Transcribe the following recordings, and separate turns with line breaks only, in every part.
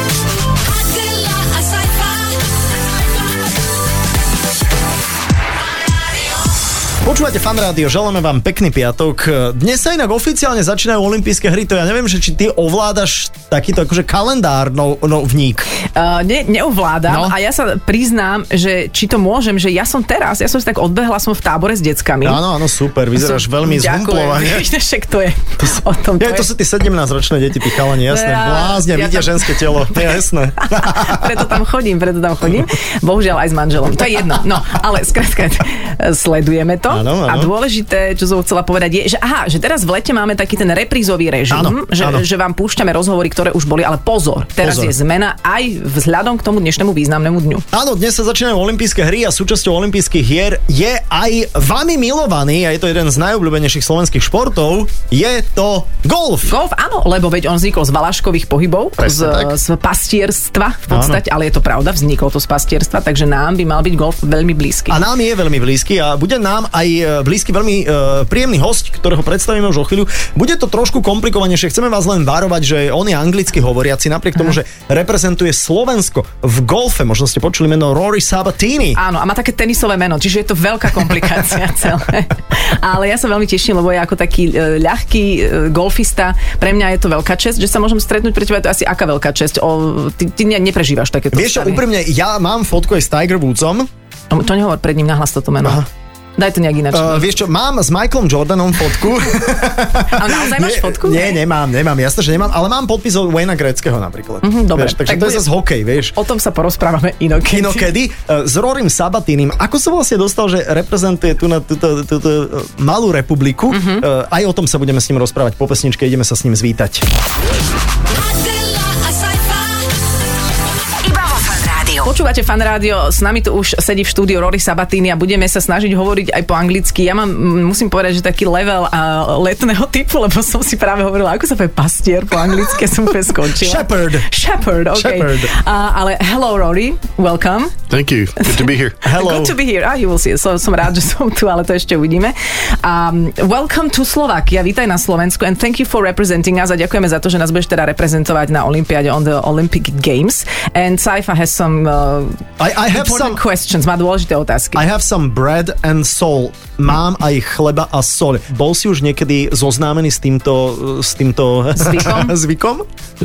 Adela, a sci-fi.
Počúvate fan rádio, želáme vám pekný piatok. Dnes sa inak oficiálne začínajú olympijské hry, to ja neviem, že či ty ovládaš takýto akože kalendár no, no, vník.
Uh, ne, neovládam
No.
no. a ja sa priznám, že či to môžem, že ja som teraz, ja som si tak odbehla, som v tábore s deckami.
Áno, áno, super, vyzeráš
Hm? Som-
veľmi
Ďakujem.
zhumplovane.
Vieš, Však to je o tom.
Ja, to sú tí 17-ročné deti, tí chalani, jasné.
Ja-
Blázne,
ja
vidia
tam-
ženské telo, to je jasné.
preto tam chodím, preto tam chodím. Bohužiaľ aj s manželom. To je jedno. No, ale skrátka, e, sledujeme to.
Áno, áno.
A dôležité, čo som chcela povedať, je, že aha, že teraz v lete máme taký ten reprízový režim,
Áno,
že,
áno.
že vám púšťame rozhovory, ktoré už boli, ale pozor, teraz
Pozor.
je zmena aj vzhľadom k tomu dnešnému významnému dňu.
Áno, dnes sa začínajú olympijské hry a súčasťou olympijských hier je aj vami milovaný, a je to jeden z najobľúbenejších slovenských športov, je to golf.
Golf, áno, lebo veď on vznikol z valaškových pohybov, z,
Presne tak.
z pastierstva v podstate, áno. ale je to pravda, vzniklo to z pastierstva, takže nám by mal byť golf veľmi blízky.
A nám je veľmi blízky a bude nám aj e, blízky veľmi e, príjemný host, ktorého predstavíme už o chvíľu. Bude to trošku komplikovanejšie, chceme vás len varovať, že on je anglicky hovoriaci, napriek tomu, že reprezentuje Slovensko v golfe. Možno ste počuli meno Rory Sabatini.
Áno, a má také tenisové meno, čiže je to veľká komplikácia celé. Ale ja sa veľmi teším, lebo ja ako taký e, ľahký e, golfista, pre mňa je to veľká čest, že sa môžem stretnúť, pre teba je to asi aká veľká čest. O, ty, ty ne, neprežívaš takéto
Vieš čo,
stavy.
úprimne, ja mám fotku aj s Tiger Woodsom.
No, To nehovor pred ním nahlas toto meno.
Aha.
Daj to nejak ináč.
Uh, vieš čo, mám s Michaelom Jordanom fotku.
a naozaj máš
nie,
fotku?
Nie, nemám, nemám, jasné, že nemám, ale mám podpis od Wayna Greckého napríklad.
Mhm, dobre.
Vieš, takže
Tak
to je
bude-
zase hokej, vieš.
O tom sa porozprávame inokedy.
Inokedy eh, s Rorim Sabatinim. Ako som vlastne dostal, že reprezentuje tu na túto, túto eh, malú republiku?
Mhm.
Mm-hmm. Aj o tom sa budeme s ním rozprávať po pesničke, ideme sa s ním zvítať.
Adela, a sci-fi.
Iba vo fan rádiu.
Počúvate fan rádio, s nami tu už sedí v štúdiu Rory Sabatini a budeme sa snažiť hovoriť aj po anglicky. Ja mám, mm, musím povedať, že taký level a letného typu, lebo som si práve hovorila, ako sa povie pastier po anglicky, ja som úplne skončila.
Shepherd.
Shepherd, OK.
Shepherd.
A, ale hello Rory, welcome.
Thank you. Good to be here.
Hello.
Good to be here. Ah, you will see. So, som rád, že som tu, ale to ešte uvidíme. Um, welcome to Slovakia. Vítaj na Slovensku and thank you for representing us. A ďakujeme za to, že nás budeš teda reprezentovať na Olympiade on the Olympic Games. And Saifa has some uh,
I, I, have some,
important questions. Má dôležité otázky.
I have some bread and soul. Mám aj chleba a sol. Bol si už niekedy zoznámený s týmto, eh, s týmto
Zvykom?
zvykom?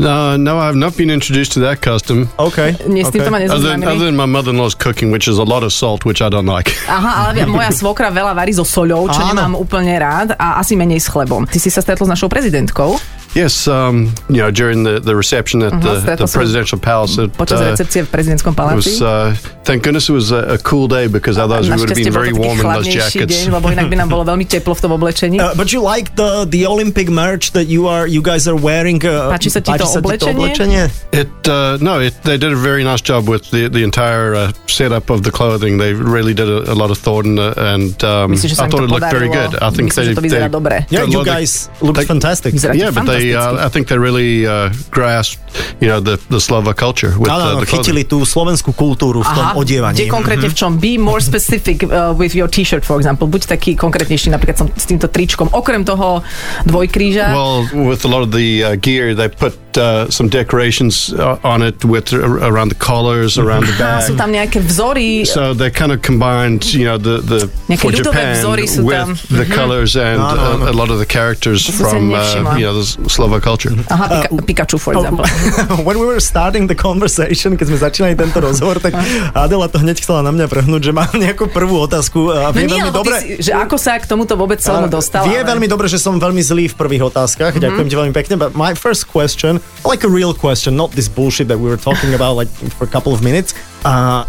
Uh, no, I've not been introduced to that custom.
OK.
Nie, s týmto ma
okay.
Other than, other
nezoznámili.
than my mother-in-law's cooking, which is a lot of salt, which I don't like.
Aha, ale moja svokra veľa varí so soľou, čo
Áno.
nemám úplne rád a asi menej s chlebom. Ty si sa stretol s našou prezidentkou
Yes, um, you know, during the, the reception at
Uh-huh,
the,
that
the
was a-
presidential palace, it,
počas
uh,
recepcie v prezidentskom
it was,
paláci.
uh, thank goodness it was a, a cool day because otherwise we would have
Našťastie bol to
been very
taký
warm in those
chladnejší
jackets. Eh,
deň, lebo inak by nám bolo veľmi teplo v tom oblečení.
Uh, but you like the, the Olympic merch that you are you guys are wearing. Uh,
Páči sa ti to oblečenie?
It uh, no, it, they did a very nice job with the the entire uh, setup of the clothing. They really did a, a lot of thought, and, uh, and um,
Myslím, že sa im
I
to
thought it looked very
podarilo.
good. I think
Myslím,
they,
že to vyzerá
they
dobre.
Yeah,
got a
you
lot of-
guys look
they-
fantastic.
Vyzeráte
yeah, but they,
fantasticky.
uh, I think they really uh, grasped, you know, the, the Slovak culture with
Áno,
uh,
áno,
the clothing.
chytili tú slovenskú kultúru v tom
Aha,
odievaní.
Kde
Mhm.
konkrétne v čom? Be more specific uh, with your t-shirt, for example. Buď taký konkrétnejší, napríklad som s týmto tričkom. Okrem toho dvojkríža.
Well, with a lot of the uh, gear, they put uh, some decorations uh, on it with around the collars,
Mm-hmm.
around
Ah,
the
a
back.
sú tam nejaké vzory.
So they kind of combined, you know, the the
Nejaké
for
ľudové
Japan
vzory sú tam.
with
Mm-hmm.
the colors and
Áno, áno.
a, a lot of the characters
som si
from
nevšimla.
uh, you know the s- Slovak culture.
Mm-hmm.
Aha, Pika-
eh,
Pikachu, for example.
No,
oh,
When we were starting the conversation, keď sme začínali tento rozhovor, tak Adela to hneď chcela na mňa vrhnúť, že mám nejakú prvú otázku a
No
vie
nie,
veľmi
lebo ty
dobre...
si, že ako sa k tomuto vôbec celému dostala.
Vie
ale- Mhm.
veľmi dobre, že som veľmi zlý v prvých otázkach. Mm-hmm. Ďakujem ti veľmi pekne. But my first question, like a real question, not this bullshit that we were talking about like for a couple of minutes. Uh,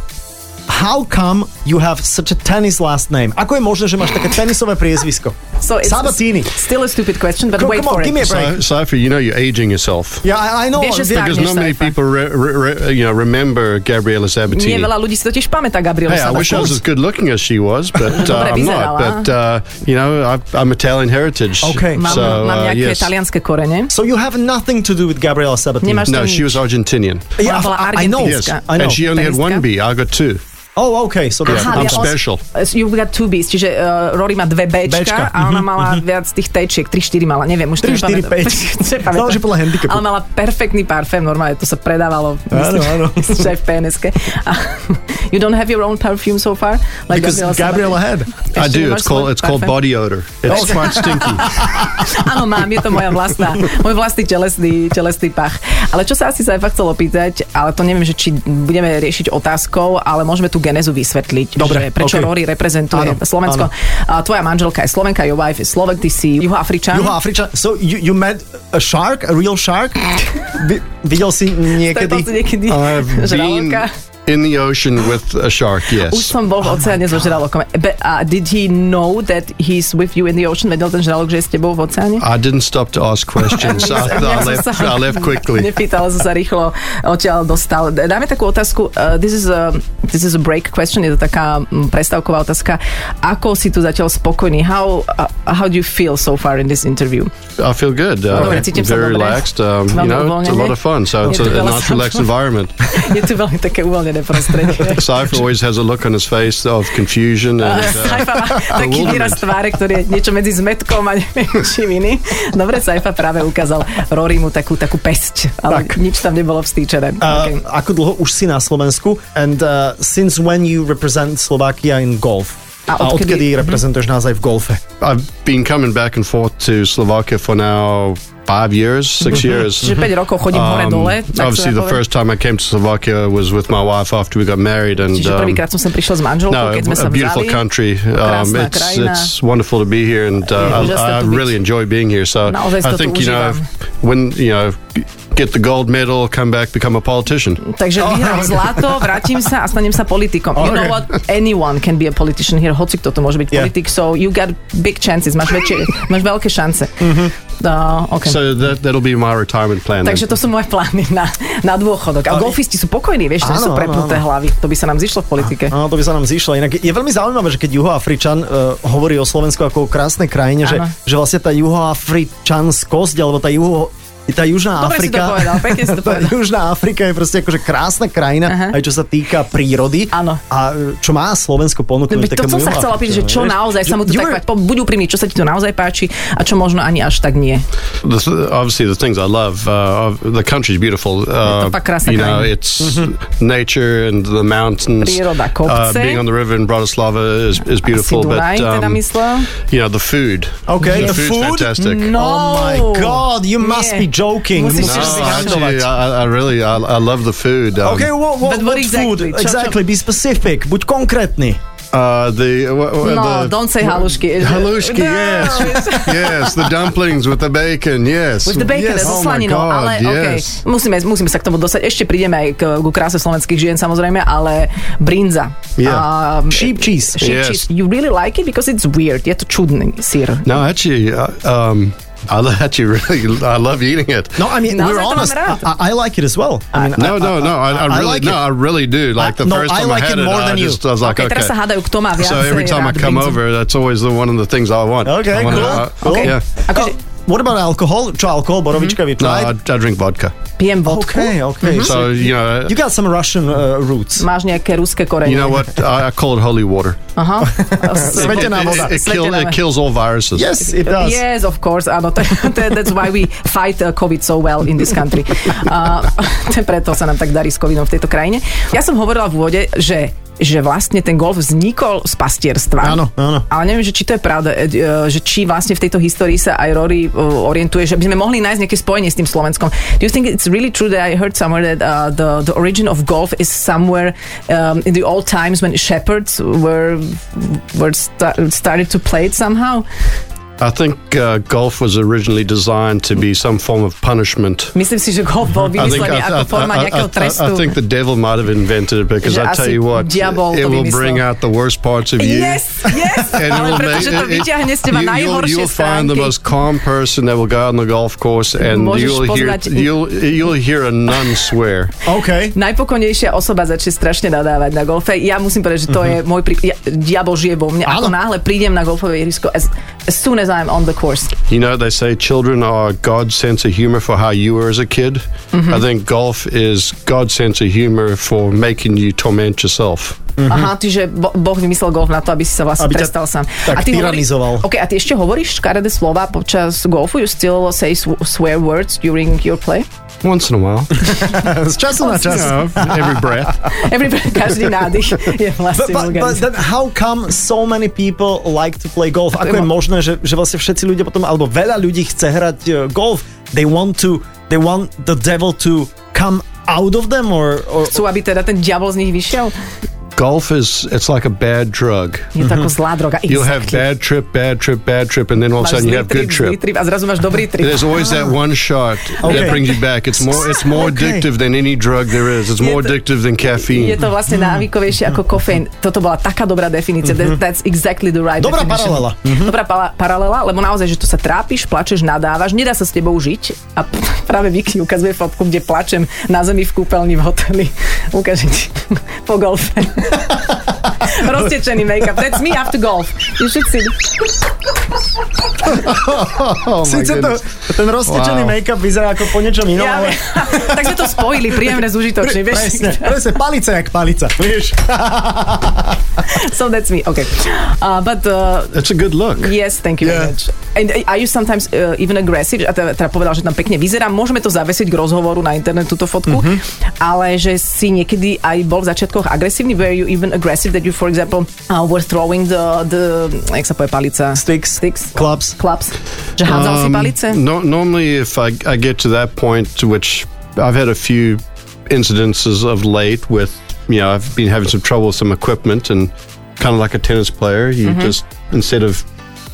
how come you have such a tennis last name? Ako je možné, že máš také tenisové priezvisko?
So it's
Sabatini.
Still a stupid question, but
Come
wait
come on,
for it.
give me a break.
Cy- Cypher, you know you're aging yourself.
Yeah, I, I know.
Vieš, že
viem-
Because
Agnes
not many
Cypher.
people, re, re, re, you know, remember Gabriela
Nie
Sabatini.
veľa ľudí si totiž pamätá Gabriela
Hey, I wish I was as good looking as she was, but uh,
Dobre
I'm
vyzerala.
not. But uh, you know, I, I'm Italian heritage.
Okay.
Mám,
so
mám
uh,
nejaké
yes.
talianské korene.
So you have nothing to do with Gabriela Sabatini.
Nemáš
No,
tam
she
nič.
was Argentinian.
Ona bola
I, I know.
Argentínska.
Yes,
I know.
and she only had
Taliska.
one B. I got two.
Oh, okay, so that's the
Yeah, I'm
ale
punch.
os-
special.
Uh, You've got two Bs, čiže uh, Rory má dve Bčka,
Bčka, Mhm,
a ona mala viac tých Tčiek, 3-4 mala, neviem, už to
3, 4,
nepamätám.
5.
Nepamätám.
Záleží podľa handicapu.
Ale mala perfektný parfém, normálne to sa predávalo.
Áno, áno.
Myslím, že aj v pns You don't have your own perfume so far? Like
Because Gabriela
Sabatini?
had.
I
Ešte
do.
nemáš
It's called
svoj
it's called
parfém?
body odor. Oh, It's quite stinky.
Áno, mám, je to moja vlastná, môj vlastný telesný, telesný pach. Ale čo sa asi sa Saifa chcel opýtať, ale to neviem, že či budeme riešiť otázkou, ale môžeme tú genezu vysvetliť,
Dobre,
že prečo
okej.
Rory reprezentuje
Áno,
Slovensko. A tvoja manželka je Slovenka, your wife is Slovak, ty si juhoafričan.
Juho Afriča, so you, you met a shark, a real shark? Vi- videl si
Stretol si
niekedy?
niekedy
I've
Uh,
been
žraloka?
in the ocean with a shark.
Už
Yes.
som bol v oceáne so žralokom. But, uh, did he know that he's with you in the ocean? Vedel ten žralok, že je s tebou v oceáne?
I didn't stop to ask questions. I, I left. I left quickly.
Nepýtala som sa rýchlo, odtiaľ dostal. Dáme takú otázku, uh, this, is a, this is a break question, je to taká mm, prestávková otázka. Ako si tu zatiaľ spokojný? How, uh, how do you feel so far in this interview?
I feel good. Uh,
Dobre, cítim sa
very
dobre.
relaxed. Um, you
Veľmi
know, it's a
uvoľnené.
lot of fun. So it's a, a nice, relaxed environment.
Je tu veľmi také uvoľnené prostredie.
Cypher always has a look on his face of confusion and uh,
Sajfa má taký
Bewilderment.
výraz tváre, ktorý je niečo medzi zmetkom a neviem čím iný. Dobre, Sajfa práve ukázal Rorymu takú, takú pesť, ale
Tak.
tak. nič tam nebolo vstýčené.
Uh, Ako dlho už si na Slovensku? And uh, since when you represent Slovakia in golf?
A
A odkedy
odkedy-
reprezentuješ nás aj v golfe?
I've been coming back and forth to Slovakia for now five years, six years.
Čiže 5 rokov chodím
Um,
hore-dole. tak
obviously,
sa dá
the
povedať.
first time I came to Slovakia was with my wife after we got married, and
Čiže
um,
prvýkrát som sem prišla s manželkou,
no,
keď sme sa
a beautiful
vzali.
country. Um,
Krásna
it's
krajina.
it's wonderful to be here, and uh,
Je
I,
úžasné tu
I
byť.
really enjoy being here. So
Naozaj si
I
to tu
think you know,
užívam.
when you know, get the gold medal, come back, become a politician.
Takže vyhrám zlato, vrátim sa a stanem sa politikom. You know what? Anyone can be a politician here. Hoci kto to môže byť
Yeah.
politik. So you got big chances. Máš, väčšie, máš veľké šance.
Mhm.
Mm-hmm. Uh, okay.
So that that'll be my retirement plan. then.
Takže to sú moje plány na, na dôchodok. A golfisti sú pokojní, vieš, že
Áno,
sú
áno,
prepnuté
áno.
hlavy. To by sa nám zišlo v politike.
Áno, to by sa nám zišlo. Inak je veľmi zaujímavé, že keď juhoafričan uh, hovorí o Slovensku ako o krásnej krajine, že,
Áno.
že vlastne tá juhoafričanskosť, alebo tá juho tá Južná
Dobre si
Afrika.
to povedal, pekne si to
tá
povedal.
Južná Afrika je proste akože krásna krajina,
Aha.
aj čo sa týka prírody.
Áno.
A e, čo má Slovensko ponúknuť
To
takému
som sa chcela opýtať, že čo
Juhoafričanovi,
naozaj
no, vieš?
sa mu tu
You
tak
were-
povedať, po- buď úprimný, čo sa ti to naozaj páči a čo možno ani až tak nie.
the th- obviously the things I love. Uh, of- the country's beautiful. Uh,
pa krásna
you know,
krajina.
it's nature and the mountains.
Príroda,
Uh,
Mm-hmm. kopce.
being on the river in Bratislava is,
Asi
is beautiful,
Dunaj
but
teda
um,
myslel?
you know the food.
Okay, the
the, food's
food?
fantastic.
Mm, No.
Oh my god, you must
Nie.
be joking.
Musíš
No,
si
si
srandovať.
actually, I, I really I, I love the food. Um,
Okay, what, what,
But what
what
exactly?
food?
Čo- čo-
Exactly, be specific. Buď konkrétny.
Uh, the, wha- wha-
No,
the
don't say
wha-
halušky.
eh, Halušky,
No,
yes, yes, the dumplings with the bacon, yes,
With the bacon,
yes.
so
Oh my
slaninou,
God,
ale
yes.
OK. Musíme, musíme sa k tomu dostať. Ešte prídeme aj k, ku kráse slovenských žien samozrejme, ale brinza.
Yeah.
Um,
Sheep cheese.
sheep
Yes.
cheese. You really like it because it's weird. Je to čudný sír.
No, actually, uh, um, I lo- actually really I love eating it.
No, I mean,
Naozaj
we're
to máme
honest.
rád.
I, I like it as well. I mean,
No, no, no. I,
I
I, really,
like
no,
it.
I really do. Like the
no,
first
I
time
like
I
it
had it,
more
I
than you.
just I was like,
Okay,
okay.
teraz sa hádajú, kto má viac
so every
eh,
time I
rád
come
brinzu.
over, that's always the one of the things I want.
Okay,
I wanna-
cool,
I-
cool.
Yeah.
Akože
what about alcohol? Čo alkohol? Borovička, mm
No, I, I drink vodka.
pijem vodku.
Okay, okay.
So you know,
Mm-hmm. You got some Russian uh, roots.
Máš nejaké ruské korene.
you know what? I, I call it holy water.
Aha.
It,
Svetená voda.
it, it, kill, it kills all viruses.
Yes, it does.
Yes, of course, áno. To, to, that's why we fight uh, COVID so well in this country. Uh, to je preto sa nám tak darí s COVIDom v tejto krajine. Ja som hovorila v úvode, že že vlastne ten golf vznikol z pastierstva.
Áno, áno.
Ale neviem, že či to je pravda, e, e, že či vlastne v tejto histórii sa aj Rory e, orientuje, že by sme mohli nájsť nejaké spojenie s tým Slovenskom. Do you think it's really true that I heard somewhere that uh, the, the origin of golf is somewhere um, in the old times when shepherds were, were sta- started to play it somehow?
I think uh, golf was originally designed to be some form of punishment.
Myslím si, že golf bol
I think,
vymyslený ako forma nejakého trestu.
I think the devil might have invented it
Že
because I tell
asi
you what,
diabol to
it will
vymyslel.
bring out the worst parts of you.
Yes, yes,
And
ale
it'll
pretože to
make- it- it-
vyťahne z teba
eh, you- you'll,
najhoršie
you'll find the
stránky.
most calm person that will go out on the golf course and
Môžeš
you'll hear,
poznať-
you'll, you'll hear a nun swear.
Okay.
Najpokojnejšia osoba začne strašne nadávať na golfe. Ja musím povedať, že to je môj prípad. Ja, diabol žije vo mne.
Áno.
Ako náhle prídem na golfové ihrisko, as, as soon as I'm on the course.
You know, they say children are God's sense of humor for how you were as a kid.
Mm-hmm.
I think golf is God's sense of humor for making you torment yourself.
Aha, čiže bo- Boh vymyslel golf na to, aby si sa vlastne
Aby ťa
trestal sám.
tak tyranizoval.
Hovorí, OK, a ty ešte hovoríš škaredé slova počas golfu? You still say sw- swear words during your play?
Once in a while.
No,
Z času na čas.
Yeah, every breath.
Every, každý nádych
But,
je vlastne
but, but
vulgarizmus.
then how come so many people like to play golf? Ako je možné, že, že vlastne všetci ľudia potom, alebo veľa ľudí chce hrať eh, golf? They want to, they want the devil to come out of them or, or oh
Chcú, aby teda ten diabol z nich vyšiel?
Golf is it's like a bad drug.
Je to ako zlá droga.
You'll Mhm. have
exactly.
bad trip, bad trip, bad trip, and then all of a
Máš
sudden you
zlý
have
trip,
good
zlý
trip.
trip a zrazu máš dobrý trip.
There's always that one shot
Ah. Okay.
that brings you back. It's more it's more
Okay.
addictive than any drug there is. It's more
to-
addictive than caffeine.
Je to vlastne návykovejšie ako kofeín. Toto bola taká dobrá definícia.
Mhm.
That- That's exactly the right
Dobrá
definition.
paralela.
Dobrá pala- paralela, lebo naozaj, že tu sa trápiš, plačeš, nadávaš, nedá sa s tebou žiť. A p- práve Vicky ukazuje fotku, kde plačem na zemi v kúpeľni v hoteli. Ukážem ti po golfe. Roztečený make-up. That's me after golf. You should see.
Oh my
Sice to,
goodness.
ten roztečený
Wow.
make-up vyzerá ako po niečom inom,
Ja,
ale...
tak sme to spojili, príjemné z užitočným. Vieš,
Presne, presne, palica jak palica, vieš.
so that's me, okay. Uh, but uh,
It's a good look.
Yes, thank you very
Yeah.
much. And uh, are you sometimes uh, even aggressive? A teda, teda povedal, že tam pekne vyzerá. Môžeme to zavesiť k rozhovoru na internet, túto fotku.
Mhm.
Ale že si niekedy aj bol v začiatkoch agresívny? Were you even aggressive that you, for example, uh, were throwing the, the jak sa povie palica?
Sticks,
Sticks?
clubs.
Clubs? Že hádzal si
Um,
palice?
No, normally, if I, I get to that point, to which I've had a few incidences of late with, you know, I've been having some trouble with some equipment and kind of like a tennis player, you
Mm-hmm.
just, instead of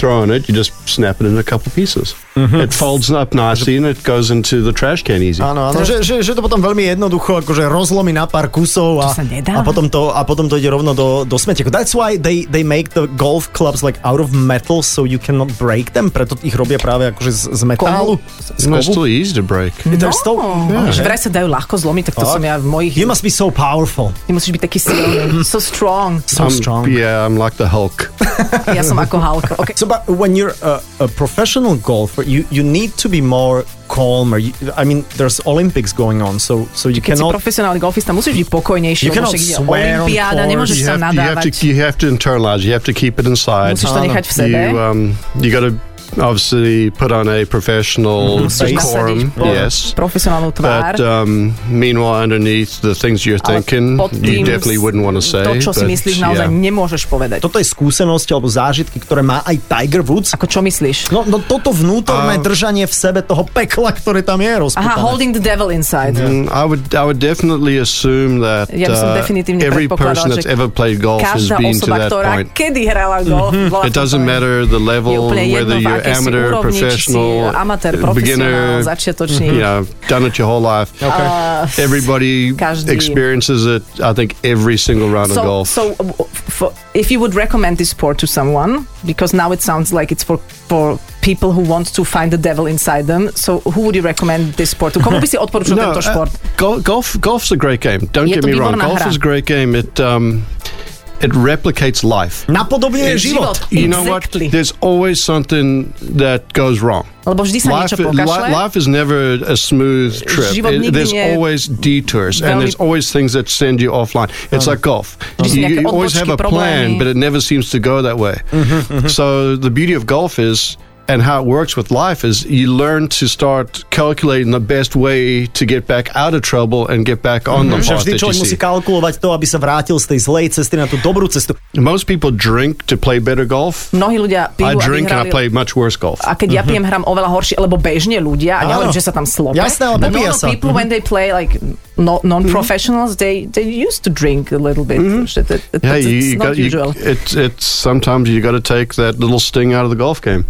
throwing it, you just snap it into a couple pieces. It folds up nicely and it goes into the trash can easy.
Áno, áno, že, že, že, to potom veľmi jednoducho, akože rozlomí na pár kusov a,
To sa
a,
nedá.
potom, to, a potom to ide rovno do, do smeteku. That's why they, they make the golf clubs like out of metal, so you cannot break them, preto ich robia práve akože z, z metálu. Z
And they're
kovu.
still easy to break.
They're still-
No, že vraj sa dajú ľahko zlomiť, tak to som ja v mojich...
You must be so powerful,
Ty musíš byť taký silný. so strong.
so
I'm-
strong.
Yeah, I'm like the Hulk.
Ja som ako Hulk. Okay.
So, but when you're a, a professional golfer, you, you need to be more calmer. You, I mean, there's Olympics going on, so so you
Keď si
cannot.
profesionálny golfista, musíš byť
You
pokojnejší. lebo
cannot
však ide
swear on
Olympiáda,
course.
nemôžeš sa
You have, you, have
nadávať.
to, you have to internalize, you have to keep it inside.
Musíš to
Áno.
nechať v sebe.
you um, you got to obviously put on a professional
Musíš
nasadiť
decorum,
po-
yes.
profesionálnu tvár.
But um, meanwhile, underneath the things you're
ale
thinking,
pod tým
you definitely wouldn't want to say.
To, čo si
but,
myslíš, naozaj
yeah.
nemôžeš povedať.
Toto je skúsenosť alebo zážitky, ktoré má aj Tiger Woods.
Ako čo myslíš?
No, no toto vnútorné
A-
držanie v sebe toho pekla, ktoré tam je rozputané.
Aha, holding the devil inside.
Mm, I would, I would definitely assume that
Ja by som
uh,
definitívne
every
predpokladala,
person that's
že
ever played golf has
Každá
been to
osoba,
that
ktorá
point.
kedy hrala golf, bola
It doesn't
v tomto-
matter the
Je
level,
úplne jedno,
whether
v
you're
akej si
amateur,
úrovni, či si
professional,
amatér,
beginner,
profesionál, začiatočník.
you know, done it your whole life.
Uh,
Everybody
Každý.
experiences it, I think, every single round of
So,
golf.
so uh, for, if you would recommend this sport to someone, because now it sounds like it's for for people who want to find the devil inside them. So who would you recommend this sport to? Komu by si odporučil tento
uh,
šport?
gol- golf, golf's a great game. Don't
Je
get
to
me wrong.
výborná
Golf
hra.
is a great game. It um, it replicates life.
Napodobne je život.
Život.
You know
Exactly.
what? There's always something that goes wrong.
Lebo vždy sa
Life,
niečo pokašle.
li- life is never a smooth trip.
Život nikdy
there's
nie je
always detours, and
veľmi-
there's always things that send you offline. It's like golf.
Vždy sú
You,
nejaké
you always have
odbočky,
a plan,
problémy.
but it never seems to go that way. So the beauty of golf is. And how it works with life is you learn to start calculating the best way to get back out of trouble and get back on the
Že
path
vždy
that you
človek musí
see.
kalkulovať to, aby sa vrátil z tej zlej cesty na tú dobrú cestu.
Most people drink to play better golf.
Mnohí ľudia pijú a
I drink and I
vyhrali
play Mhm. much worse golf.
a keď ja pijem, hrám oveľa horšie, lebo bežne ľudia, a
Áno.
nehovorím, že sa tam slope.
Jasné, ale
but
popíja
a lot of
sa.
people,
Mhm.
when they play like no, non-professionals, they, they used to drink a little bit. Že to- to- to-
Yeah, you,
it's
Mhm. you
not
got you,
usual.
it's it's sometimes you got to take that little sting out of the golf game.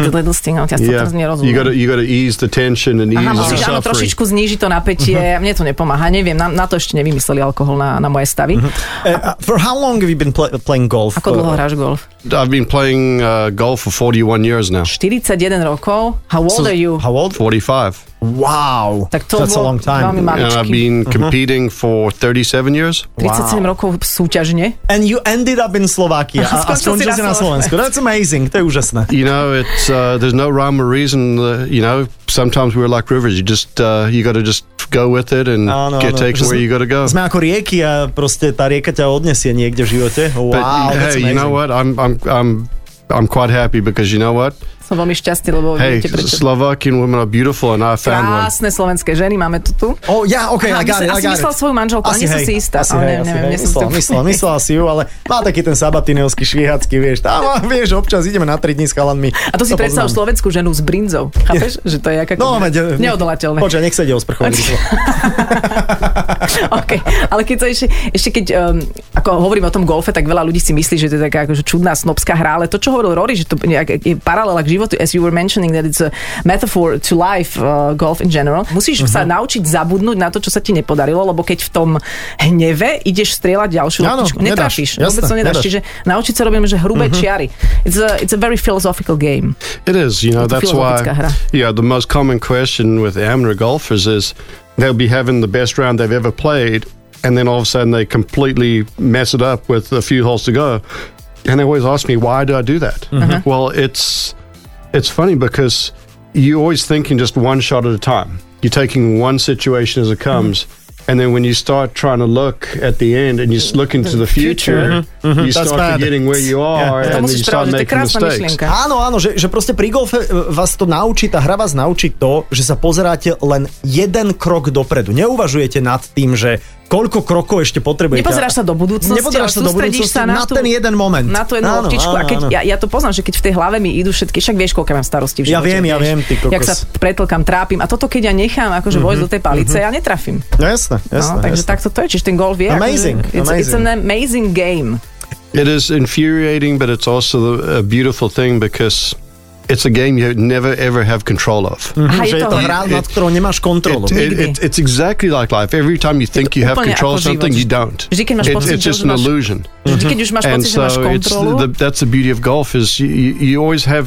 The little sting, ale ja sa teraz nerozumiem.
Mhm. you got to you got to ease the tension and ease
Aha,
your
musíš áno,
suffering.
trošičku znížiť to napätie.
Mhm.
Mne to nepomáha, neviem, na, na to ešte nevymysleli alkohol na, na moje stavy.
Eh, a for how long have you been pla- playing golf?
Ako dlho hráš golf?
I've been playing uh, golf for 41 years now.
41 rokov. How old are you?
How old?
45,
Wow,
Tak to
that's a
bol
long time.
veľmi malý.
and I've
Mačky.
been
Uh-huh.
competing for 37 years.
37
Wow.
rokov súťažne.
And you ended up in Slovakia a, a
Skončil si
skončil si na
na
Slovensku. That's amazing, to je úžasné.
You know, it's uh, there's no rhyme or reason. Uh, you know, sometimes we're like rivers. You just uh, you got to just go with it and
Áno,
get
áno,
taken
že
where
sme-
you got to go.
Sme ako rieky a proste tá rieka ťa odnesie niekde v živote.
But
Wow, that's
hey, you
amazing.
know what? I'm I'm I'm I'm quite happy because you know what?
Som veľmi šťastný, lebo
Hey,
viete prečo.
Slovakian women are beautiful, and I found one.
Krásne slovenské ženy máme tu tu.
Oh, ja, OK, I
Aha,
got
mysle-
it, I
asi
got
myslel
it.
svoju manželku, ale nie som si istá.
Asi
Ale
hej,
neviem,
asi
neviem,
hej.
nie som si
Myslela,
úplne-
myslela, myslela si ju, ale má taký ten sabatinovský švíhacký, vieš, tam má, vieš, občas ideme na 3 dní s chalanmi.
A to si predstav
poznám.
slovenskú ženu s brinzou. Chápeš? Že to je aká...
No, veď,
neodolateľné.
Počkaj, nech sa ide o sprchovanie.
OK, ale keď sa ešte, ešte keď, um, ako hovorím o tom golfe, tak veľa ľudí si myslí, že to je taká akože čudná snobská hra, ale to, čo hovoril Rory, že to nejak je paralela k životu, as you were mentioning that it's a metaphor to life, uh, golf in general,
Mhm.
musíš uh-huh. sa naučiť zabudnúť na to, čo sa ti nepodarilo, lebo keď v tom hneve ideš strieľať ďalšiu
Áno,
loptičku,
nedáš,
netrafíš,
jasné,
vôbec to nedáš.
nedáš. Mhm.
Čiže naučiť sa robíme, že hrubé uh-huh. čiary. It's a, it's a very philosophical game.
It is, you know,
It's a
that's
filozofická
why.
hra.
Yeah, the most common question with amateur golfers is they'll be having the best round they've ever played, and then all of a sudden they completely mess it up with a few holes to go, and they always ask me why do I do that?
Mm-hmm.
Well, it's it's funny because you're always thinking just one shot at a time. You're taking one situation as it comes. And then when you start trying to look at the end and you s- look into the future, Mm-hmm.
Future.
you
That's
start
bad.
forgetting where you
To
are and then you
musíš pravdiť,
start
to je
making
krásna
mistakes.
myšlienka.
Áno, áno, že, že proste pri golfe e, vás to naučí, tá hra vás naučí to, že sa pozeráte len jeden krok dopredu. Neuvažujete nad tým, že koľko krokov ešte potrebujete.
Nepozeráš sa do budúcnosti,
Nepozeráš
ale
sa do
sústredíš
budúcnosti
sa
na,
na tú-
ten jeden moment.
Na tú jednu
Áno,
loptičku. A
áno,
keď,
áno.
ja, ja, to poznám, že keď v tej hlave mi idú všetky, však vieš, koľko mám starosti v
Ja
živote.
viem, ja
vieš,
viem, ty kokos.
Jak sa pretlkam, trápim. A toto, keď ja nechám akože vojsť do tej palice, ja netrafím.
No jasné, jasné.
No, takže
jasné.
takto to je, čiže ten golf je. akože-
Amazing,
It's, it's
amazing.
an amazing game.
Hm, It is infuriating, but it's also the- a beautiful thing because it's a game you never ever have control of.
Aha,
že
je
je
to
to
hra.
hra, nad ktorou nemáš kontrolu.
It, it, it, it's exactly like life. Every time you think you have
úplne
control of
ako
something,
život.
you don't.
Vždy, keď máš
It-
pocit,
it's
že
just
už
an
máš-
illusion.
Vždy, keď už máš
Mhm. And
pocit, že máš
so it's
kontrolu,
the, that's the beauty of golf is you, you, you always have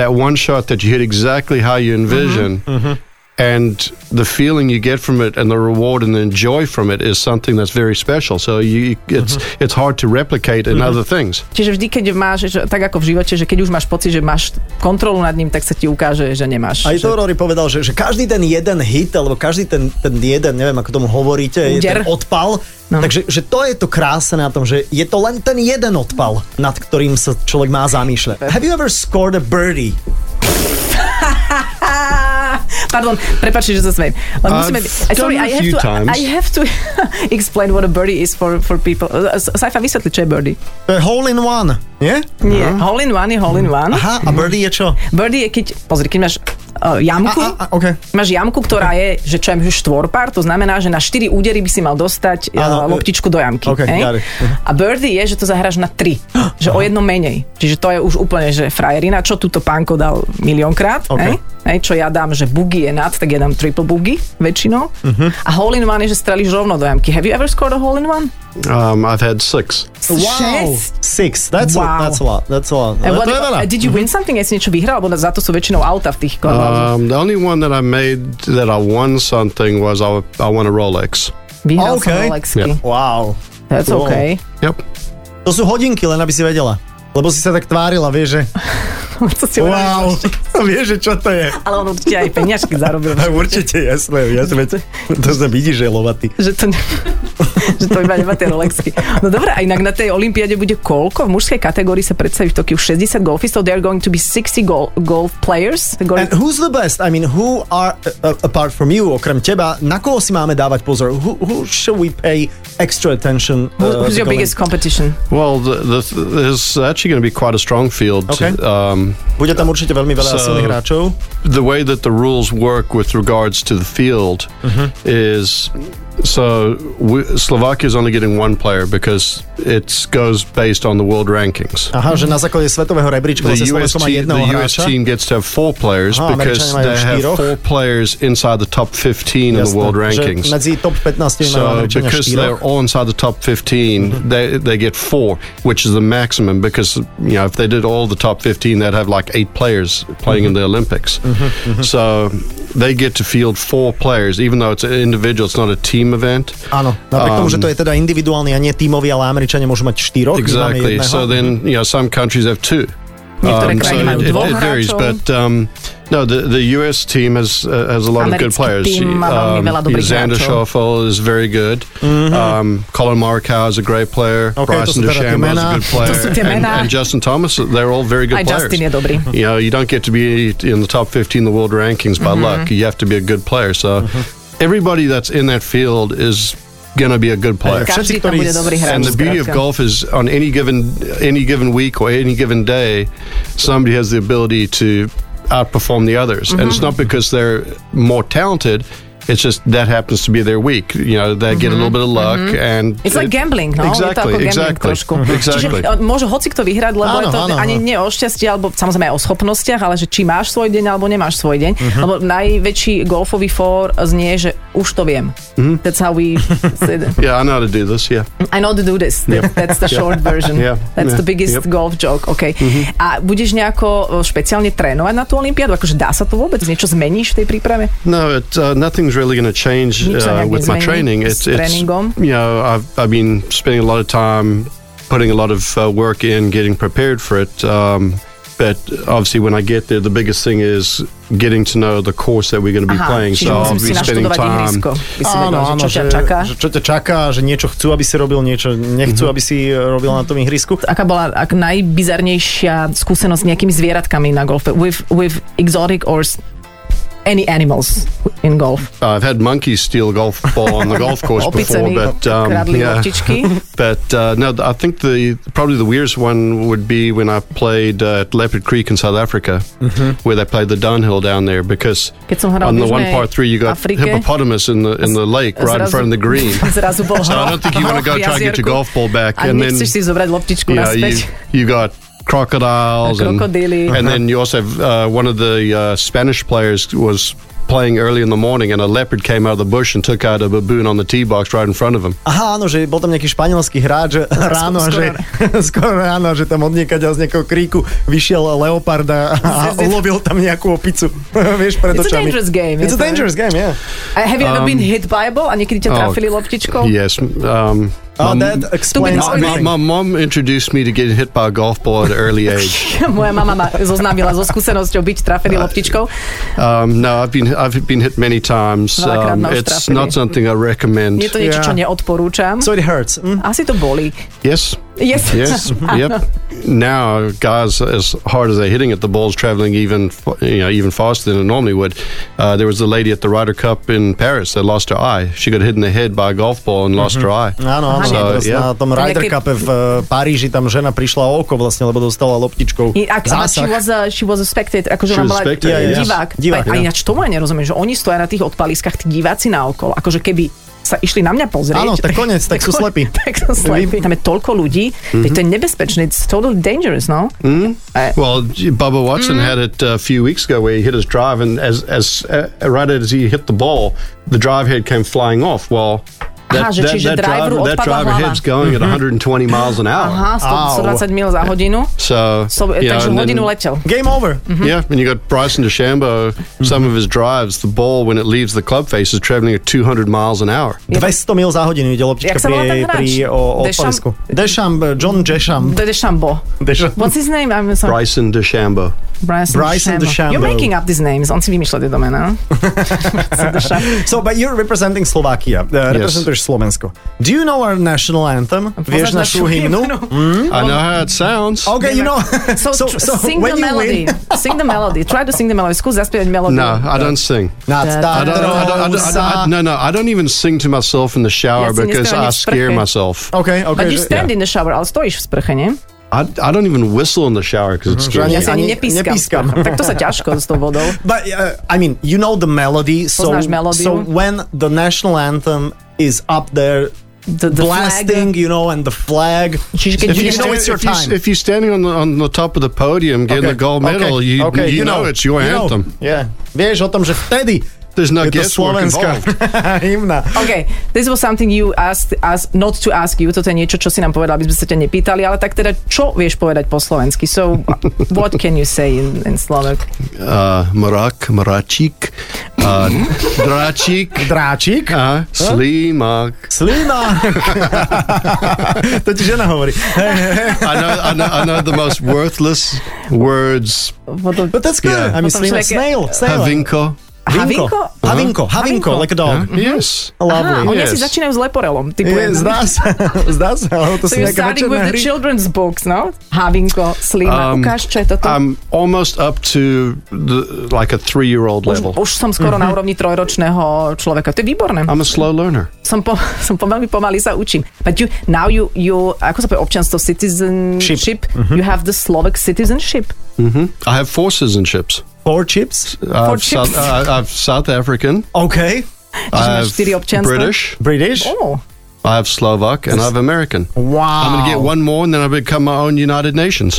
that one shot that you hit exactly how you
Mm-hmm.
envision. And the feeling you get from it, and the reward and the joy from it, is something that's very special. So you, it's it's hard to replicate in other things.
čiže vždy, keď máš, že, tak ako v živote, že keď už máš pocit, že máš kontrolu nad ním, tak sa ti ukáže, že nemáš.
Aj to
Že-
Rory povedal, že, že každý ten jeden hit, alebo každý ten, ten jeden, neviem ako tomu hovoríte, je ten
Úder.
odpal. No.
No.
Takže že to je to krásne na tom, že je to len ten jeden odpal, nad ktorým sa človek má zamýšľať. Have you ever scored a birdie?
Pardon, prepáčte, že sa smejem. Len
I've
musíme...
done
Sorry,
it a
I have,
few
to,
times.
I have to explain what a birdie is for, for people. Uh, Saifa, vysvetli, čo je birdie.
To je hole in one, nie?
Nie, hole in one je hole in one.
Aha, a birdie je čo?
Birdie je, keď, pozri, keď máš uh, jamku,
A, a, a, okay.
máš jamku, ktorá je, že čo je že štvorpár, to znamená, že na štyri údery by si mal dostať
Áno,
ano,
e,
loptičku do jamky.
OK, Mhm.
hej?
got it.
A birdie je, že to zahráš na tri, že o jedno menej. Čiže to je už úplne, že frajerina, čo túto pánko dal miliónkrát.
OK.
hej? Hej, čo ja dám, že boogie je nad, tak ja dám triple boogie väčšinou.
Mhm.
A hole in one je, že strelíš rovno do jamky. Have you ever scored a hole in one?
Um, I've had six.
Wow,
Šesť.
six. That's,
Wow.
wow. a, that's a lot. That's a lot.
And what
to je
if- eh,
veľa. Mhm.
did you win something? Ja si niečo vyhral, lebo za to sú väčšinou auta v tých uh,
Um, the only one that I made that I won something was I, I won a Rolex.
Vyhral som
okay.
Rolexky.
Yeah.
Wow.
That's
Wow.
okay.
Yep.
To sú hodinky, len aby si vedela. Lebo si sa tak tvárila, vieš, že...
To si
Wow. vieš, že čo to je.
Ale on určite aj peňažky zarobil.
A určite, jasné, jasné. To, to sa vidí, že je lovatý.
že to, ne- že to iba nemá tie Rolexky. No dobré, a inak na tej olympiade bude koľko? V mužskej kategórii sa predstaví v Tokiu 60 golfistov. They are going to be 60 gol- golf players.
And
Golf-
who's the best? I mean, who are, uh, apart from you, okrem teba, na koho si máme dávať pozor? Who, who should we pay extra attention? uh,
Who's your
becoming-
biggest competition?
Well, the, the, there's actually going to be quite a strong field.
Okay.
Um,
Bude tam určite veľmi veľa
So-
silných hráčov.
the way that the rules work with regards to the field is so we, Slovakia is only getting one player because it goes based on the world rankings.
Aha, že na základe svetového rebríčka
the
vlastne
US,
Slovensko má
team,
jednoho
the US
hráča.
team gets to have four players
Aha,
because
Američania majú
they have
štyroch.
four players inside the top 15 in the
Jasné,
world
že
rankings.
medzi top 15 majú
So
Američania
because they're
štyroch.
all inside the top 15, they they get four, which is the maximum. Because you know if they did all the top 15, they'd have like eight players playing in the Olympics. So they get to field four players, even though it's an individual, it's not a team event. Um,
Áno, napriek tomu, že to je teda individuálny a nie tímový, ale Američania môžu mať štyroch. my máme
Exactly.
jedného.
So then you know some countries have two.
Niektoré
Um,
krajiny majú
it,
dvoch
it varies,
hráčov.
but um, no, the, the US team has uh, has a lot of
Americký
good players. Um,
tým má veľmi veľa dobrých
Xander
hráčov.
Schoffel is very good. Um, Colin Morikawa is a great player.
to sú
Bryson
teda tie
DeChambeau is
mená.
a good
To sú tie
player. and,
mená.
and Justin Thomas, they're all very good
Aj
players.
Justin je dobrý.
You know, you don't get to be in the top 15 in the world rankings by luck. You have to be a good player. So everybody that's in that field is going to be a good player.
Ka- všetci,
Každý tam
ktorí
bude
s-
dobrý hráč.
And the beauty of
skrátka.
golf is on any given any given week or any given day, somebody has the ability to outperform the others.
Mm-hmm.
And it's not because they're more talented. It's just that happens to be their week. You know, they get a little bit of luck and
Mm-hmm. It's like
it-
gambling, no? je to ako
Exactly,
gambling
exactly.
trošku. Čiže
Exactly.
o- môže hoci kto vyhrať, lebo
Áno,
je to
áno,
ani
áno.
nie o šťastie, alebo samozrejme aj o schopnostiach, ale že či máš svoj deň, alebo nemáš svoj deň.
Mhm.
Lebo najväčší golfový fór znie, že už to viem.
Mhm.
That's how we... said it.
Yeah, I know how to do this. Yeah.
I know to do this. That, That's the short version.
Yeah.
That's
Yeah.
the biggest
Yep. Mm-hmm.
golf joke. Okay. A budeš nejako e, špeciálne trénovať na tú olympiádu? Akože dá sa to vôbec? Niečo zmeníš v tej príprave?
No, it, uh, nothing's really going to change
Nic sa
uh,
nejak
with my
nezmení
training.
s
It's, it's you
tréningom?
know, I've, I've been spending a lot of time putting a lot of uh, work in getting prepared for it. Um, but obviously, when I get there, the biggest thing is getting to know the course that we're going to be playing.
čiže
So I'll
musím si
be spending
naštudovať
time.
ihrisko. By si vedel, že čo ťa
že,
čaká. Mhm.
že čo ťa čaká, že niečo chcú, aby si robil, niečo nechcú, aby si eh, robil na tom ihrisku.
aká bola ak najbizarnejšia skúsenosť s nejakými zvieratkami na golfe? With, with exotic or s- any animals in golf?
Uh, I've had monkeys steal a golf ball on the golf course
Opice
before,
mi
but um,
kradli
yeah.
loptičky.
But uh, no, th- I think the probably the weirdest one would be when I played uh, at Leopard Creek in South Africa, where they played the downhill down there because
Keď som hral
on
v
the one
Južnej
par three you got
Afrike.
hippopotamus in the in the lake right in front of the green.
Zrazu bol
So I don't think you want to go try and get your golf ball back,
A
and then
nechceš si zobrať loptičku
yeah, you
naspäť.
you got. Crocodiles and,
Krokodily.
and then you also have uh, one of the uh, Spanish players was playing early in the morning and a leopard came out of the bush and took out a baboon on the tee box right in front of him.
Aha, áno, že bol tam nejaký španielský hráč že ráno, a že skoro ráno, a že tam od niekaď z nejakého kríku vyšiel leopard a, a
Z- z-
ulovil tam nejakú opicu, vieš, pred
It's a
očami.
dangerous game,
It's a
je to,
dangerous game, yeah.
A Uh, have you ever
Um,
been hit by a ball? A niekedy ťa
oh,
trafili loptičkou?
Yes. Um,
Oh,
my-
that explains
my, my,
everything.
my mom introduced me to get hit by a golf ball at an early age.
Moja mama ma zoznámila so skúsenosťou byť trafený
Uh,
loptičkou.
Um, no, I've been I've been hit many times.
Veľakrát
Um,
ma už
it's
trafili.
not something I
Je
recommend.
to niečo, čo
Yeah.
neodporúčam.
So it hurts. Mm.
Asi to boli.
Yes.
Yes.
Yes. yep. Now, guys, as hard as they're hitting it, the ball's traveling even f- you know even faster than it normally would. Uh, there was a lady at the Ryder Cup in Paris that lost her eye. She got hit in the head by a golf ball and
Mm-hmm.
lost her eye.
Áno, áno,
So,
teraz na
yeah.
tom
To
Ryder
nejaký-
Cup v eh, Paríži tam žena prišla o oko vlastne, lebo dostala loptičkou
I- Ak, ale she
zásah.
was, a, she was a spectator, akože
She
ona
was
bola
a spectator,
divák.
yes.
Divák,
divák. A
yeah.
ináč tomu aj nerozumiem, že oni stoja na tých odpaliskách, tí diváci na okolo. Akože keby sa išli na mňa pozrieť.
Áno, tak konec, tak sú
kon-
slepí. Mhm.
Tak sú slepí. Tam je toľko ľudí, mm-hmm. to je nebezpečné, it's totally dangerous, no?
Mm.
Well, gee, Bubba Watson had it uh, a few weeks ago where he hit his drive, and as as uh, right as he hit the ball, the drive head came flying off. Well,
Aha, že čiže driveru
that
odpadla
driver
hlava.
head's going at 120 miles an hour.
Aha,
Au.
100, 120 mil za hodinu. Uh-huh.
So,
So,
you know,
takže
and then-
hodinu letel.
Game over.
yeah, and you got Bryson DeChambeau. Some of his drives, the ball when it leaves the club face is traveling at 200 miles an hour.
200 mil za hodinu ide loptička
Jak sa volá
pri,
ten hráč?
pri o,
Dešam-
odpalisku. Dešam, eh, John Dešam.
To je Dešambo.
Dešam.
What's his name? I'm sorry.
Bryson DeChambeau.
Bryson,
Bryson DeChambeau.
You're making up these names. On si vymýšľa tie domená. no? Bryson DeChambeau.
So, but you're representing Slovakia. Uh,
Yes.
Reprezentuješ Slovensko. Do you know our national anthem? Vieš
Poznáš
našu
našu
hymnu?
hymnu?
I know how it sounds.
Okay, you know.
No, So, tr- sing the melody. Sing the melody. Try to sing the melody. Skús zaspievať melódiu.
No, I don't sing.
Nad
I don't, I don't, I don't, I don't, I-
Tatrovsa.
no, no, I don't even sing to myself in the shower
Yes, in
because
the
I
stomach,
scare
perfect.
myself.
Okay, okay.
But you
že-
stand in the shower, ale stojíš v sprche, nie?
I, I don't even whistle in the shower because it scares
Ja
me.
si
Ani
ani, nepískam.
nepískam.
Tak to sa ťažko s tou vodou.
But uh, I mean, you know the melody. So,
Poznáš melódiu?
so when the national anthem is up there,
The, the
blasting,
flag.
you know, and the flag.
Čiže keď
If you
ideš
know
na-
it's your
if, you,
time.
if you're standing on the, on the top of the podium getting the gold medal, you, you, know, it's your
you know.
anthem.
Yeah. Vieš o tom, že vtedy
There's no
Je to
guesswork
slovenská
involved.
hymna.
OK, this was something you asked us not to ask you. Toto je niečo, čo si nám povedal, aby sme sa ťa nepýtali, ale tak teda, čo vieš povedať po slovensky? So, what can you say in, in Slovak?
Uh, mrak, mračík, uh, dračík,
Dráčik.
uh, slímak.
Slina. to ti žena hovorí.
I know, I know, I know the most worthless words.
Potom-
But that's good.
Yeah.
I mean,
Potom
slina,
všelijaké-
snail, snail.
Havinko.
Havinko.
Havinko?
Havinko, Havinko, like a dog.
Yes.
Aha,
Lovely.
oni asi
Oh. Uh-huh. Yes.
začínajú s leporelom.
Je,
Typujem.
zdá sa, zdá sa, ale to
so
sú
you're
nejaké
starting with
večerné
the
hry.
children's books, no? Havinko, slima,
Um,
ukáž, čo je toto.
I'm almost up to the, like a three year old
už,
level.
už som
Mhm.
skoro na úrovni trojročného človeka. To je výborné.
I'm a slow learner.
som, po, som pomaly, pomaly sa učím. But you, now you, you ako sa povie občanstvo, citizenship,
Mhm.
you have the Slovak citizenship.
I have four citizenships.
Four chips.
I have,
chips.
South, I I have South African,
Okay.
I
máš
have
štyri občianstva?
British,
British.
Oh,
I have Slovak, and I have American.
Wow.
I'm going to get one more, and then I become my own United Nations.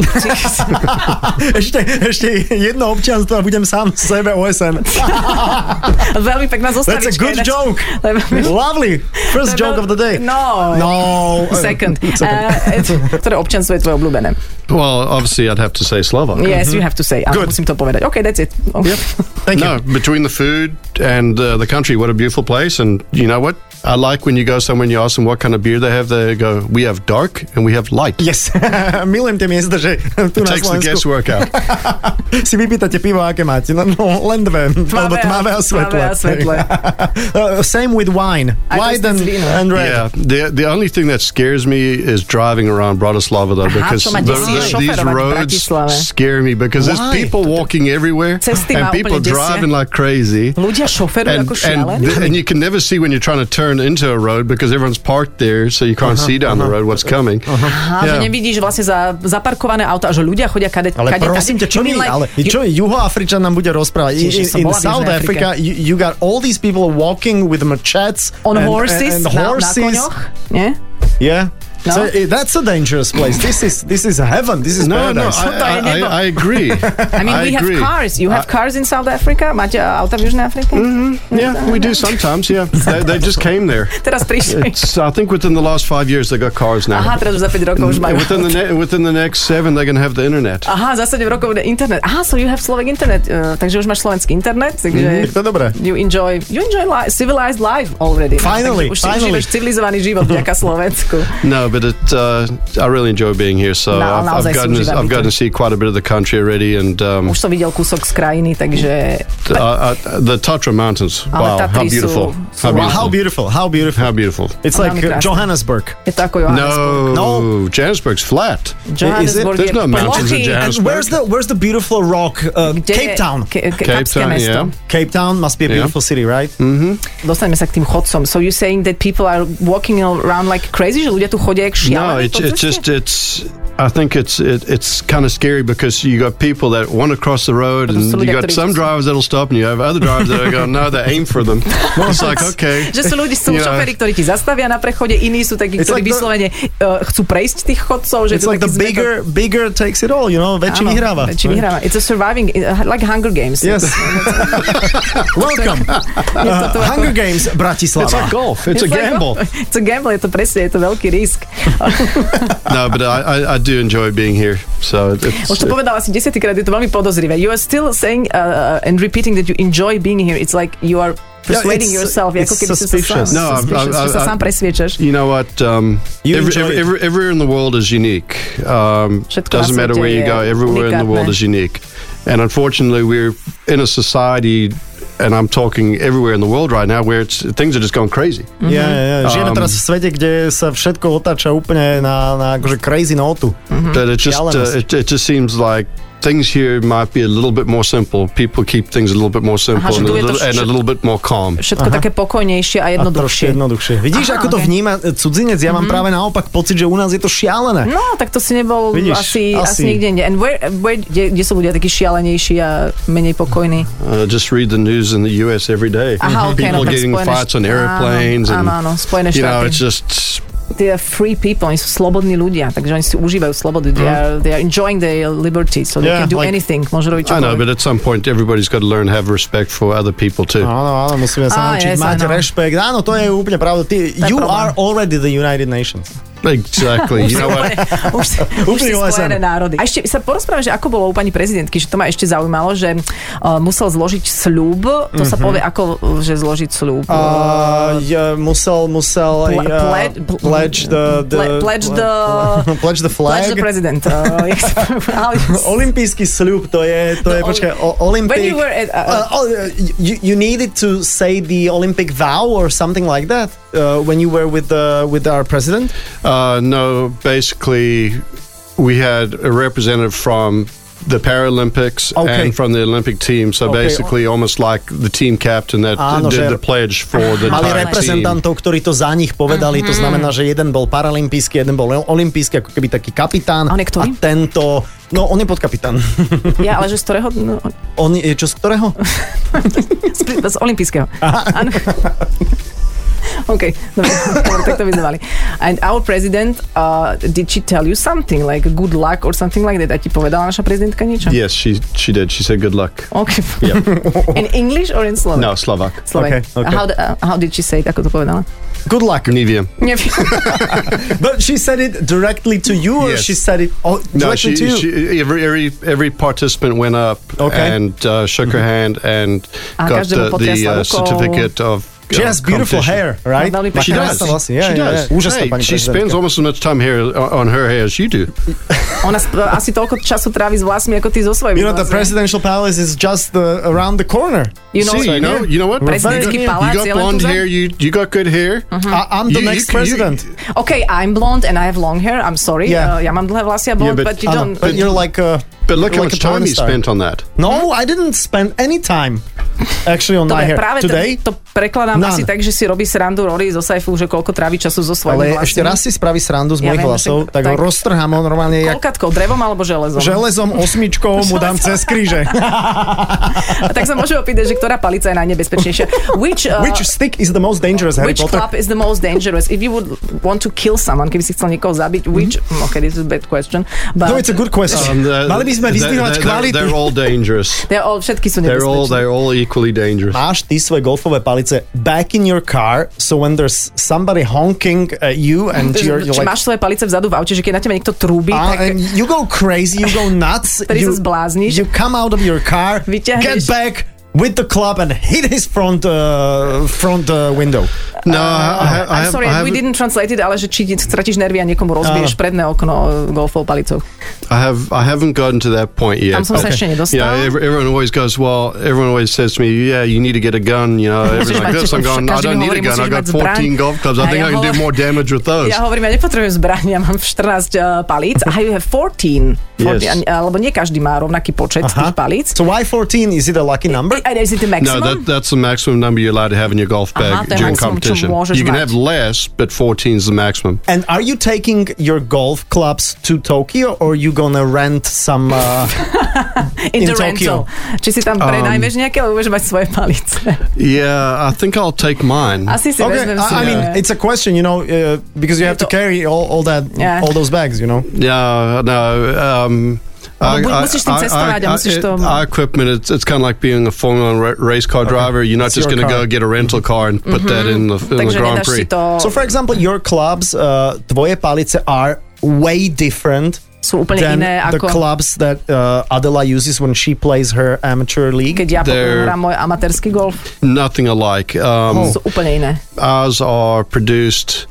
Ešte, ešte jedno občianstvo a budem sám sebe OSN.
veľmi pekná
That's a
zostavička.
good
ináč.
joke.
Lebo-
Lovely. First joke of the day.
No.
No.
Second. Uh, ktoré občanstvo je tvoje obľúbené?
well, obviously, I'd have to say Slovak.
Yes, you have to say.
Mhm.
Áno,
Good.
musím to povedať. OK, that's it.
Thank you.
No, between the food and uh, the country, what a beautiful place. And you know what? I like when you go somewhere and you ask them what kind of beer they have. They go, we have dark and we have light.
Yes. Milujem tie miesta, že tu na
It takes
Slovensku
the guesswork out.
si vypýtate pivo, aké máte. No, no len dve. Alebo tmavé a svetlé.
Tmavé a svetlé.
Uh, same with wine.
Aj to
White
ste
and,
z vína.
and red.
Yeah, the the only thing that scares me is driving around Bratislava though, because
so my
the-
desí
the-
je
these
šoferovať v
roads
Bratislave.
scare me because there's
Why?
people walking everywhere
Cesty má
and
úplne
people
desia.
driving like crazy.
Ľudia šoferujú
And
ako
and,
šialení.
th- and you can never see when you're trying to turn into a road because everyone's parked there, so you can't see down the road what's coming.
Aha, že
Yeah.
nevidíš vlastne za zaparkované auta, že ľudia chodia kade,
Ale
kade,
prosím ťa,
kade.
čo
You
mi,
mean like-
ale čo juhoafričan nám bude rozprávať? In,
Čiže som
in
bola v
South
Južnej Afrike.
Africa, you, you got all these people walking with machetes
On
and,
horses,
and, and
na, na
horses.
koňoch, nie?
Yeah. So
No?
eh, that's a dangerous place. This is this is heaven. This
Uh-huh.
is
No, no,
paradise.
I, I, I, I agree.
I mean, we have cars. You have cars in South Africa? Máte uh, auta v Južnej Afrike?
Mhm.
Yeah, we do sometimes. Yeah, they, they just came there.
Teraz prišli.
It's, I think within the last five years they got cars now.
Aha, teraz už za 5
Mm,
rokov už majú.
within the ne- within the next seven, they're going to have the internet.
Aha, za 7 rokov bude internet. Aha, so you have Slovak internet, uh, takže už máš slovenský internet, takže
to Mhm. je dobré.
you enjoy, you enjoy li- civilized life already. no?
Finally,
takže už si
finally.
užívaš civilizovaný život vďaka Slovensku.
No, but it, uh, I really enjoy being here.
No,
So I've,
allows us
I've, gotten
to do
to, I've gotten to see quite a bit of the country already, and um,
Už som videl kúsok z krajiny, takže...
uh, uh, the Tatra Mountains. Wow, how
Tatry
beautiful!
sú- sú-
How
Wow, how
beautiful!
beautiful! How beautiful!
How beautiful!
It's like
Veľmi
uh,
krásne.
Johannesburg.
Je to ako Johannesburg.
No,
No.
Johannesburg's flat.
Johannesburg je
There's no mountains
plochý.
in Johannesburg.
And where's the where's the beautiful rock? Uh,
Kde je-
Cape Town.
Ke- ke-
Cape
Kapské
Town,
mesto.
yeah.
Cape Town must be a
Yeah.
beautiful city, right?
Dostaňme sa k tým chodcom. So you saying that people are walking around like crazy? Že ľudia tu chodia jak
No,
šialení
it's
po ceste?
it's just it's. I think it's it, it's kind of scary because you got people that want to cross the road,
But
and
also
you
look at
got
the
some
roads.
drivers that'll stop, and you have other drivers that are going, no, they aim for them. It's like okay,
že sú ľudí, sú
Yeah.
šoféry, ktorí ti zastavia na prechode, iní sú takí,
It's like
ktorí
the-
vyslovene uh, chcú prejsť tých chodcov. Že
It's
tu
like
taký
the
zmetok.
bigger bigger takes it all, you know. Väčší
Áno,
vyhráva.
Väčší vyhráva. It's a surviving, uh, like Hunger Games.
Yes. Welcome.
to
Uh,
tu ako-
Hunger Games Bratislava.
it's like golf. It's, a
like-
gamble.
It's a gamble, je to presne, je to veľký risk.
no, but I, I, I do enjoy being here. So it- it's,
Už to povedala asi desiatýkrát, je to veľmi podozrivé. You are still saying uh, and repeating that you enjoy being here. It's like you are persuading
it's-
yourself, ako
it's
keby si sa sám,
suspicious.
No, I'm-
suspicious,
I'm-
že sa
I'm-
sám presviečaš.
you know what? Um,
You
every,
enjoy
every,
it.
every, everywhere in the world is unique. Um,
Všetko na
doesn't matter
svete
where you
je
go. Everywhere in the world
unikátne.
is unique, and unfortunately, we're in a society. And I'm talking everywhere in the world right now where it's, things are just going crazy.
Ja, ja, ja. Žijeme
Um,
teraz v svete, kde sa všetko otáča úplne na, na akože crazy notu.
But it just uh,
elements.
it, it just seems like things here might be a little bit more simple. People keep things a little bit more simple
Uh-huh.
so
and, a
do it
little,
the-
and a little bit more calm.
Všetko také pokojnejšie a
A trošku
jednoduchšie.
jednoduchšie. Vidíš,
Aha,
ako to
ok. Mhm.
vníma e, cudzinec? Ja mám práve naopak pocit, že u nás je to šialené.
No, tak to si nebol
Vidíš,
asi, asi,
asi.
nikde inde. And where, where, kde, kde sú ľudia takí šialenejší a menej pokojní?
Uh, just read the news in the U.S. every day.
Aha, okay,
People
no, tak
getting
Spojené
fights on
št-
airplanes
áno,
and
áno, áno, Spojené
you know
štáty.
it's just
they are free people, oni sú slobodní ľudia, takže oni si užívajú slobodu. They are, they are enjoying their liberty, so
Mhm.
they
Yeah,
can do
like-
anything. Môžu robiť
I know,
čokoľvek.
but at some point, everybody's got to learn to have respect for other people too.
Áno, áno, musíme
Á,
sa naučiť
yes,
mať
áno.
rešpekt. Áno, to je úplne pravda. Ty,
je
you
problém.
are already the United Nations.
Exactly. you know what?
už, si- už si
Úplne OSN.
spojené národy. A ešte sa porozprávam, že ako bolo u pani prezidentky, že to ma ešte zaujímalo, že uh, musel zložiť sľub. To
Mhm.
sa povie ako, uh, že zložiť sľub.
Uh, yeah, musel, musel
Pla-
yeah,
pledge- pl-
pledge the, the
Ple- pledge the-
pledge the
Pledge
flag.
the president. Uh, jak sa to volá?
Olympijský sľub, to je, to je,
ol-
počkaj, o, Olympic...
No, When you were at, uh,
Uh, oh, uh, you, you needed to say the Olympic vow or something like that uh, when you were with the with our president.
Uh, no, basically, we had a representative from the Paralympics
Okay.
and from the Olympic team. So
Okay. Ah,
basically, almost like the team captain that
Áno, že-
did the pledge for the
Mali
entire team.
reprezentantov, ktorí to za nich povedali,
Mhm.
to znamená, že jeden bol paralympijský, jeden bol olympijský, ako keby taký kapitán.
A on je
A
ktorý?
tento, no on je podkapitán.
ja, ale že z ktorého? No,
On je, čo z ktorého?
z, z olympijského. Áno. OK, dobre, dobre, tak to vyzvali. And our president, uh, did she tell you something, like good luck or something like that? A ti povedala naša prezidentka niečo?
Yes, she she did. She said, "Good luck."
OK. in English or in Slovak?
No, Slovak.
Slovak.
Okay, okay.
How, d- uh, how did she say it? Ako to povedala?
Good luck.
Neviem.
Neviem.
But she said it directly to you or
Yes.
she said it oh,
No,
directly
she,
to you?
she every, every every participant went up
Okay. Mm-hmm.
and uh, shook her hand and
A
got
každému
the, the
potriasla
uh,
rukou.
certificate of.
She
uh,
has beautiful
competition.
hair, right?
No, veľmi She
Krásne
does.
vlasy, yeah,
she
yeah,
does.
yeah. Úžasná
Hey,
pani
she
prezidentka.
spends almost as much time here uh, on her hair as you do.
Ona sp- asi toľko času trávi s vlasmi, ako ty so
You
svojimi
know, the
vlasmi.
presidential palace is just uh, around the corner.
You know,
See, you
no?
know, you know what? You got,
Presidentský
you
palác
got
je len
blonde
tu za-
hair. You you got good hair.
Mm-hmm.
I, I'm the
You-
next
you-
president.
you-
Okay, I'm blonde and I have long hair. I'm sorry.
Yeah.
Uh, ja mám dlhé vlasy a blond,
Yeah,
but,
but-
you
Áno,
don't...
but you're like uh,
but look how
like a
much
porn
time he
star.
spent on that.
No, I didn't spend any time actually on my
Dobre,
hair
práve
today. No.
to, to prekladám
None.
asi tak, že si robí srandu Rory zo Saifu, že koľko trávi času so svojimi
ale
vlastnými.
ešte raz si spraví srandu z
Ja
mojich
viem,
hlasov,
však-
tak, ho
tak.
roztrhám on normálne jak
Koľkatkou, drevom alebo železom?
železom, osmičkou mu dám
Železom.
cez kríže.
A tak sa môžeme opýtať, že ktorá palica je najnebezpečnejšia. Which, uh,
Which stick is the most dangerous, Harry
Which
Potter?
club is the most dangerous? If you would want to kill someone, keby si chcel niekoho zabiť, which... Mm-hmm. Okay, this is a bad question. But
No, it's a good question.
And, uh,
Mali by sme
they're-
vyzdvihovať
they're-
kvalitu.
They're all dangerous.
they're all, všetky sú
They're
nebezpečné.
all they're all equally dangerous.
Máš ty svoje golfové palice back in your car, so when there's somebody honking at you and you're,
Či
you're like,
máš svoje palice vzadu v aute, že keď na teba niekto trúbi,
Ah,
tak...
and you go crazy, you go nuts.
Ktorý
you,
sa zblázniš.
you come out of your car, get
Vyťahneš-
back with the club and hit his front uh, front uh, window.
No, I, I, I
I'm
have,
sorry,
I
we
have,
didn't translate it, ale že či ti stratíš nervy a niekomu rozbiješ
Áno.
predné okno e, golfovou palicou.
I have I haven't gotten to that point yet.
Tam som sa
but-
ešte nedostal.
Yeah, ev- everyone always goes, well, everyone always says to me, yeah, you need to get a gun, you know, everything like
mať-
this. I'm going, I
každý mi
don't need a
hovorí,
gun.
musíš
I got
mať zbraň.
14 golf clubs. I
A ja
think I can do
hovorím-
more damage with those.
Ja hovorím, ja nepotrebujem zbraň, ja mám 14 uh, palíc a you have 14. 14
Yes.
a- Alebo nie každý má rovnaký počet tých palíc.
So why 14? Is it a lucky number?
And is it the
No,
maximum?
that, that's the maximum number you're allowed to have in your golf
Aha,
bag
to je maximum,
during
čo
competition.
môžeš
You can
mať.
have less, but 14 is the maximum.
And are you taking your golf clubs to Tokyo or you gonna rent some uh,
in,
in
the rental. Či si tam prenajmeš nejaké, alebo budeš mať svoje palice.
Yeah, I think I'll take mine.
Asi si
Okay,
vezmem
I,
si.
I mean it's a question, you know, uh, because you have to
to-
carry all, all that
Yeah.
all those bags, you know.
Yeah, no. Um,
Oh,
Alebo buď musíš s tým cestovať a musíš to-
our equipment, it's, it's kind of like being a Formula One ra- race car driver. You're not
It's
just
your
going to
car. Mm-hmm.
go get a rental car and put that in the, in the
Takže
Grand
nedáš si
Prix.
to...
So for example, your clubs, uh, tvoje palice are way different
sú úplne
than
iné
the
ako...
clubs that uh, Adela uses when she plays her amateur league.
keď ja
They're-
potom hrám môj amatérsky golf,
Nothing alike.
Oh.
Um,
sú úplne iné.
Ours are produced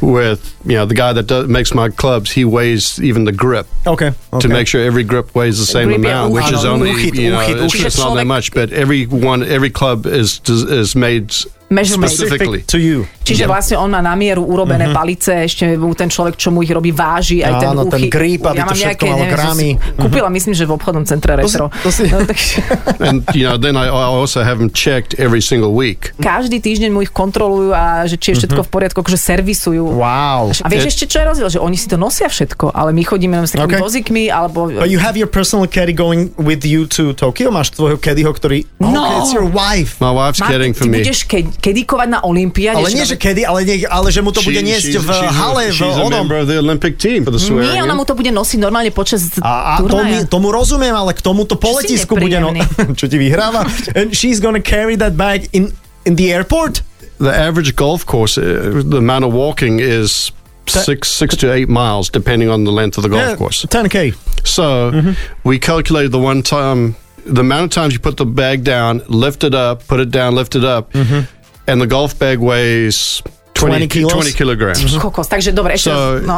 with, you know, the guy that does, makes my clubs, he weighs even the grip.
Okay. Oh, okay.
to make sure every grip weighs the same
Grip je
amount, which
uchyt.
is only
Uchyt,
you know
uchyt,
it's,
uchyt.
it's not that much. But every one, every club is is made
Measurement.
specifically.
to you.
Čiže vlastne on má na mieru urobené palice, ešte mu ten človek, čo mu ich robí, váži aj ten
Mhm. Áno, ten
uchy.
grip, aby to
mám
všetko malo
neviem, čo
gramy. Mhm.
som Kúpila, myslím, že v obchodnom centre Retro.
to si-
No, takže
and you know, then I, I also have them checked every single week.
každý týždeň mu ich kontrolujú a že či je všetko v poriadku, akože servisujú.
Mhm. Wow.
A vieš ešte, čo je rozdiel? Že oni si to nosia všetko, ale my chodíme len s takými
Okay.
vozíkmi, alebo...
But you have your personal caddy going with you to Tokyo? Máš tvojho caddyho, ktorý...
No.
Okay, it's your wife.
My wife's
Martin,
getting for
ty
me.
budeš ke- kedikovať na Olympiáde.
Ale nie, že že kedy, ale, nie, ale že mu to bude niesť
she's,
v
she's
hale v
a, she's a
onom.
member of the Olympic team for the swearing.
Nie, ona
in.
mu to bude nosiť normálne počas
A, a tomu,
turnaja.
tomu rozumiem, ale k tomuto po
Čo si
letisku bude... No,
nepríjemný.
čo ti vyhráva? And she's gonna carry that bag in, in the airport?
the average golf course, uh, the amount of walking is six six to eight miles, depending on the length No, of the golf
Yeah, Mm-hmm.
course.
10K.
So we calculated the one time, the amount of times you put the bag down, lift it up, put it down, lift it up,
Mm-hmm.
and the golf bag weighs
20
20,
kilos? Mm-hmm.
20 kilograms.
Kokos, takže dobre, ešte
So
raz, no.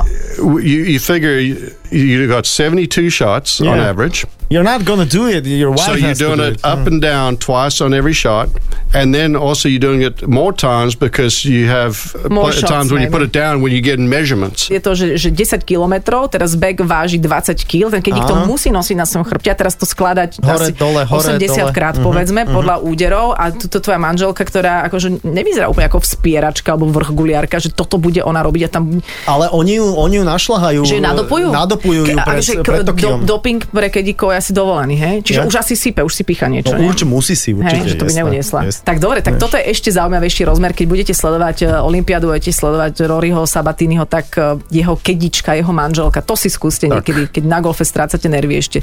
w- you, you figure you, you got 72 shots on
Yeah.
average.
You're not gonna do it. Your wife
So
has
you're
to
doing
do
it, up and down twice on every shot, and then also you're doing it more times because you have
More
plenty of
shots,
times when you
maybe.
put it down when you get in measurements.
je to, že, že 10 kilometrov, teraz bag váži 20 kg, ten keď ich to
Áno.
musí nosiť na svojom chrbte a teraz to skladať
Hore,
asi
dole, hore,
80
dole. Mhm,
krát, povedzme, podľa úderov a tuto tvoja manželka, ktorá akože nevyzerá úplne ako vspieračka alebo vrchguliarka, že toto bude ona robiť a tam
Ale oni ju, oni ju našľahajú.
že ju
e,
nadopujú?
Nadopujú ju
Ke-
pred,
akože k-
pred Tokiom.
do, doping pre kedíkov je asi dovolený, hej? Čiže
Ja.
už asi sype, už si pícha niečo,
No
nie?
určite musí si, určite.
Hej, že to by
jasné,
neuniesla.
jasné.
Tak dobre, tak toto je ešte zaujímavejší rozmer. Keď budete sledovať e, Olympiádu, budete sledovať Roryho Sabatiniho, tak e, jeho kedička, jeho manželka, to si skúste niekedy, keď na golfe strácate nervy ešte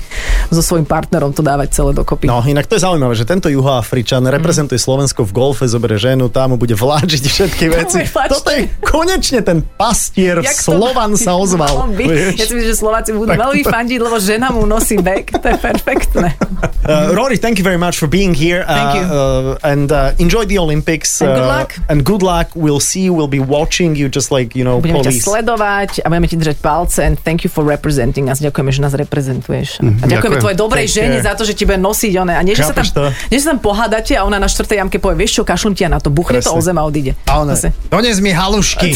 so svojím partnerom to dávať celé dokopy.
No, inak to je zaujímavé, že tento Juhoafričan
Mhm.
reprezentuje Slovensko v golfe, zoberie ženu, tá mu bude vláčiť všetky veci.
bude vláčiť.
Toto je konečne ten pastier,
Jak to-
Slovan sa
Malo
ozval.
byť. Ja si
vieš.
myslím, že Slováci budú
Tak
veľmi
to-
fandiť, lebo žena mu nosí bek, to je perfektné.
Uh, Rory, thank you very much for being here.
Thank you.
Uh, and uh, enjoy the Olympics.
And good
uh,
luck.
And good luck. We'll see you. We'll be watching you just like, you know,
Budeme ťa
police.
sledovať a budeme ti držať palce and thank you for representing us. Ďakujeme, že nás reprezentuješ. A ďakujeme
ďakujem.
tvojej dobrej
Take
žene
care.
za to, že ti bude nosiť one. A nie, že sa, tam,
Mhm. Chápeš to?
nie, že sa tam pohádate a ona na štvrtej jamke povie, vieš čo, kašlem ti ja na to, buchne to
Presne.
o zem a odíde.
A ona,
Zase.
dones mi halušky.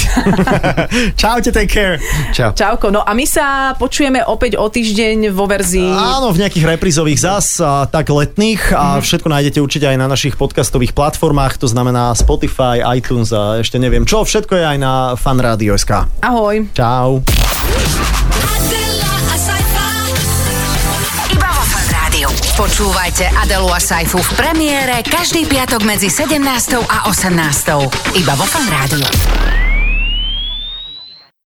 Čaute, take care.
Ciao.
Čauko, no a my sa počujeme opäť o týždeň vo verzii...
Áno, v nejakých reprízových zas, a tak letných a všetko nájdete určite aj na našich podcastových platformách, to znamená Spotify, iTunes a ešte neviem čo, všetko je aj na fanradio.sk.
Ahoj.
Čau.
Adela
Iba vo Fan Rádiu. Počúvajte Adelu a Saifu v premiére každý piatok medzi 17. a 18. Iba vo Fan Rádiu.